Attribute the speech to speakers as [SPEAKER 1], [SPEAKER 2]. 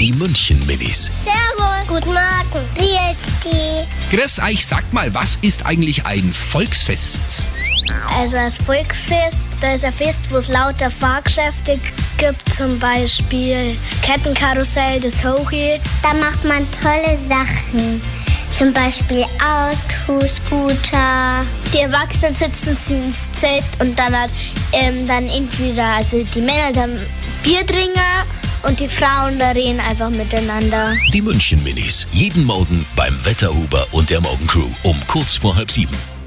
[SPEAKER 1] Die München Minis.
[SPEAKER 2] Servus. Guten Morgen. Wie ist die?
[SPEAKER 1] Chris, ich sag mal, was ist eigentlich ein Volksfest?
[SPEAKER 2] Also das Volksfest, da ist ein Fest, wo es lauter Fahrgeschäfte gibt, zum Beispiel Kettenkarussell, das Hochi. Da macht man tolle Sachen, zum Beispiel Autos, Scooter. Die Erwachsenen sitzen sie ins Zelt und dann hat ähm, dann entweder, also die Männer dann Bier trinken und die Frauen da reden einfach miteinander.
[SPEAKER 1] Die München Minis. Jeden Morgen beim Wetterhuber und der Morgencrew um kurz vor halb sieben.